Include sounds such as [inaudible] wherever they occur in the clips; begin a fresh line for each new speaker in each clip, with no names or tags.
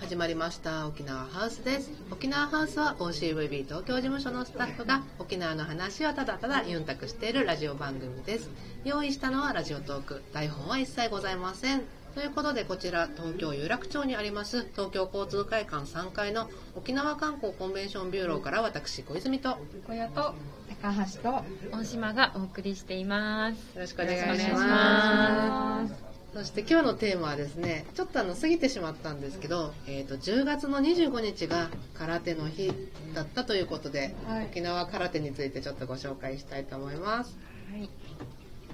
始まりました沖縄ハウスです沖縄ハウスは OCVB 東京事務所のスタッフが沖縄の話をただただユンタクしているラジオ番組です用意したのはラジオトーク台本は一切ございませんということでこちら東京有楽町にあります東京交通会館3階の沖縄観光コンベンションビューローから私小泉とよ
小屋と
高橋と
大島がお送りしています。
ろしくお
お
願
願
い
い
し
し
ま
ますす
そして今日のテーマはですねちょっとあの過ぎてしまったんですけど、えー、と10月の25日が空手の日だったということで、
はい
沖縄空手についてちょっとご紹介したいと思います
はい。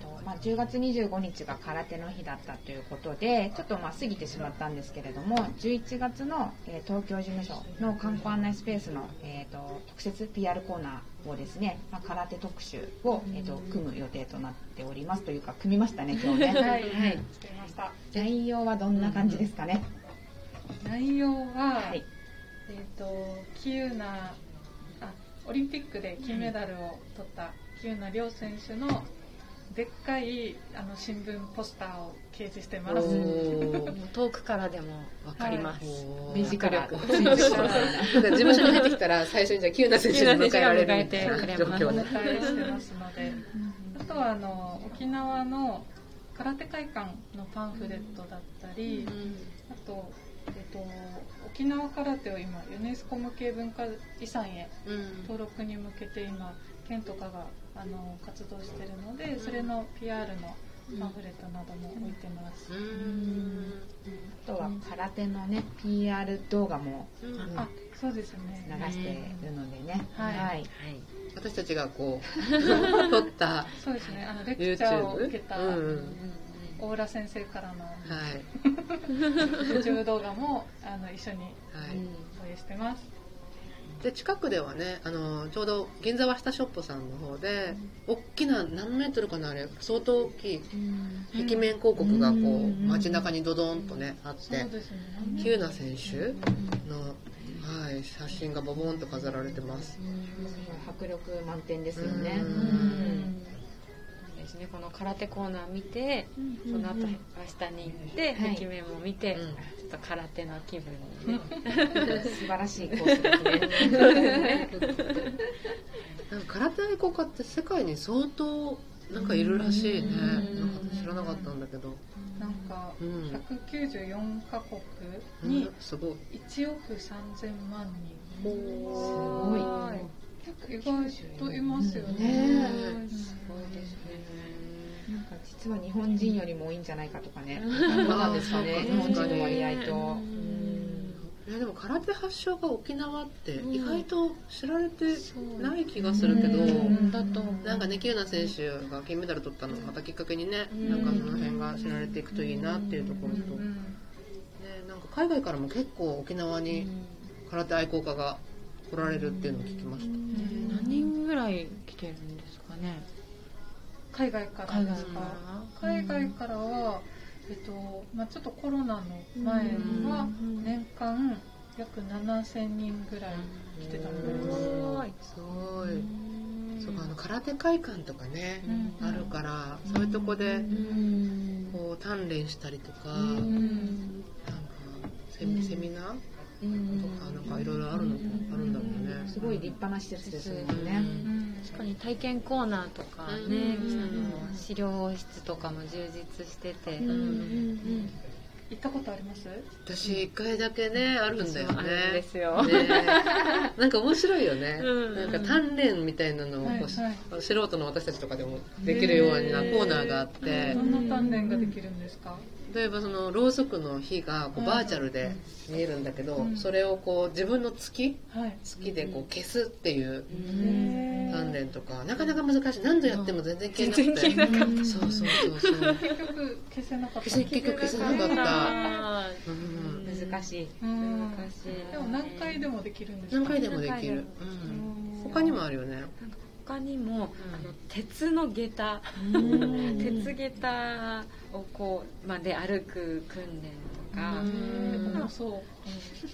とまあ、10月25日が空手の日だったということでちょっとまあ過ぎてしまったんですけれども11月の、えー東京事務所の観光案内スペースの、えー、と特設 PR コーナーをですね、まあ、空手特集を、えー、と組む予定となっておりますというか組みました [laughs] ね今日ね、
はい、
はい。
作りました。
内容はどんな感じですかね、
内容は、
はい
えっ、と、キユーナ、あ、オリンピックで金メダルを取ったキユーナ両選手の。でっかい、あの新聞ポスターを掲示してます。
遠くからでもわかります。
おー
目力
だ
[laughs] 力。
から
だから事務所に入ってきたら最初にじゃあ急な選手に迎えられるみたいな状況
お
で
迎えしてますので。あとは、あの、沖縄の空手会館のパンフレットだったり。あと、えっ、と、沖縄空手を今ユネスコ無形文化遺産へ。登録に向けて今県とかがあの活動してるので、
ん
それの PR のパンフレットなども置いてます、
うんうん
あとは空手のね PR 動画も
うん
あそうですね
流しているのでね、
うんはい
はい
私たちがこう [laughs] 撮った
そうですねあのレクチャーを
YouTube
受けた
うんうん
大浦先生からの
はい
YouTube 動画もあの一緒に
はい
応援してます
で近くではねあのちょうど銀座和下ショップさんの方で、大きな何メートルかなあれ相当大きい壁面広告がこう、
うん
街中にドドンとねあっ
そう
て
ですね
喜友名選手の、はい、写真がボボンと飾られてます
迫力満点ですよね。
う
うんん
ですね。この空手コーナー見て、
うん
その後明日に行って、
はい
壁面も見て、
うん
ちょっと空手の気分にね。
素晴らしいコースですね。
なんか空手愛好家って世界に相当なんかいるらしいね
うん
なんか知らなかったんだけど
なんか
うん、
194カ国
う
に
んすごい
1億3000万人
お
ごい
意外といますよ
うん
ね、
ね
うん
すごいですね。
なんか実は日本人よりも多いんじゃないかとかね。そうなんですかね。日
うん
本人の割合と。
うん
いやでも空手発祥が沖縄って意外と知られてない気がす
す
るけど、
うん
だと
なんかね、喜友名選手が金メダル取ったのをまたきっかけにね、
うん
なんかその辺が知られていくといいなっていうところと、
う
ね、
ん
なんか海外からも結構沖縄
う
に
ん
空手愛好家が来られるっていうのを聞きました。
何人ぐらい来てるんですかね。
海外から
海
で
外
す
か
か、
ら。
海外からは、えっとまあ、ちょっとコロナの前は
うん
年間約7000人ぐらい来てたみたいです、
すごい
すごい。そうかあの空手会館とかね、
うん
あるから、そういうとこで
うん
こう鍛錬したりとか、
う
なんか
ん
セミセミナーとかなんかいろいろあるのあるんだろうね。
すごい立派な施設ですもん
う
ね。
ん
うん
確かに体験コーナーとかね、
うん
あの資料室とかも充実してて、
ん
行ったことあります
私一回だけねあるんだよ
私もあるん
ね
で。すよ。
ねえ [laughs] なんか面白いよね、
うん
なんか鍛錬みたいなのをこう、
はい
素人の私たちとかでもできるようなコーナーがあって、
どんな鍛錬ができるんですか、
例えばそのろうそくの火がこう
うん
バーチャルで見えるんだけど、
うん
それをこう自分の月
はい
月でこう消すっていう
へー
鍛錬とかなかなか難しい何度やっても全然消えなくて、
全然消えなかっ
そうそうそうそう、
結局消せなかった
消せ結局消せなかった
た。
うん、
難しい。
うん
難しい。
でも何回でもできるんですか
何回でもできる、うん、他にもあるよね
他にも、あの鉄の下駄。鉄下駄をこう、まあ、で歩く訓練とか、
うん
うん
そう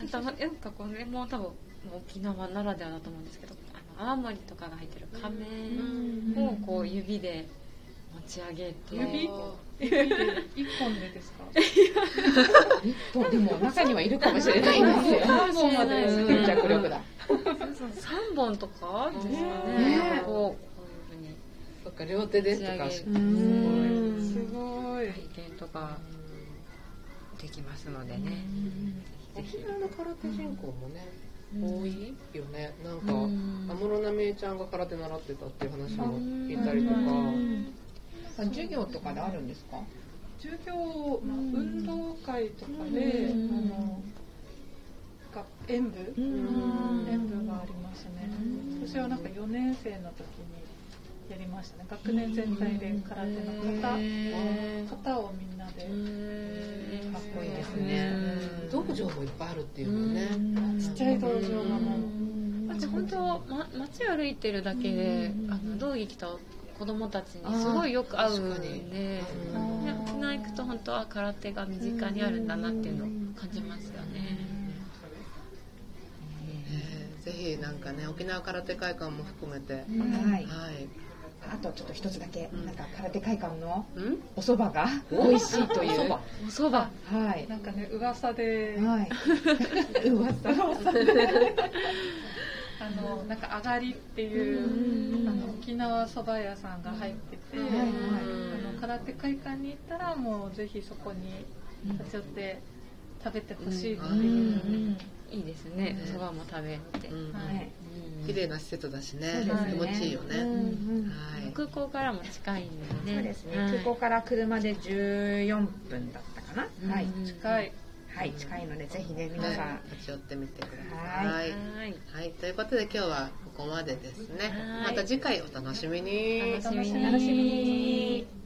あとなんかこれも多分沖縄ならではだと思うんですけどあの泡盛とかが入ってる仮面をこう指で持ち上げて
指
こ
一本でですか
一本でも中にはいるかもしれないんですよ。
うん
三本まで
うん
着力だ。
3本とかですかね
ね
なんかこうこういうふうに
そっか、両手でとか。
仕上げ
す
ん
ごい。
体験とかできますのでね、ぜ
沖
ひ
縄の空手人口もね、多いよね。なんか、安
う
室奈美恵ちゃんが空手習ってたっていう話も聞いたりとか。
授業とかであるんですか？
授業、まあ、運動会とかで、
うん
あのが演舞、
ん
演舞がありますね、私はなんか4年生の時にやりましたね学年全体で空手の型、型をみんなで、
ん
かっこいいです
ね
ね。
道場もいっぱいあるっていうのね。
ちっちゃい道場なの、
だって本当、ま、街歩いてるだけで、あの道着着た子供たちにすごいよく合うんで、
うん
ね沖縄行くと本当は空手が身近にあるんだなっていうのを感じますよね。
ねぜひなんかね、沖縄空手会館も含めて。は
はい。
い。
あとちょっと一つだけ、
うん
なんか空手会館の
うん
お蕎麦が美味しいという。は
お蕎麦
い。
なんかね噂で、
はい。噂のお蕎麦。
あのなんか上がりっていう、あの沖縄そば屋さんが入ってて、
はいはい
あの空手会館に行ったらもうぜひそこに立ち寄って食べてほしいって
う
いう、
うん
いいですね
ね。
お蕎麦も食べて
う。ん
は
はいい。
うん
綺麗な施設だしね。
そうです
気
ね
持ちいいよ
う
ね。
ん
はい。
空港からも近いんでね。
そうですね。
はい
空港から車で14分だったかな。はい。
うん
近い
はい。近いのでぜひね皆さん
ね。立ち寄ってみてくださ。
はい
はい。
はい、ということで今日はここまでですね
は。
ま
い
た次回お楽しみに。
楽しみに
楽しみに。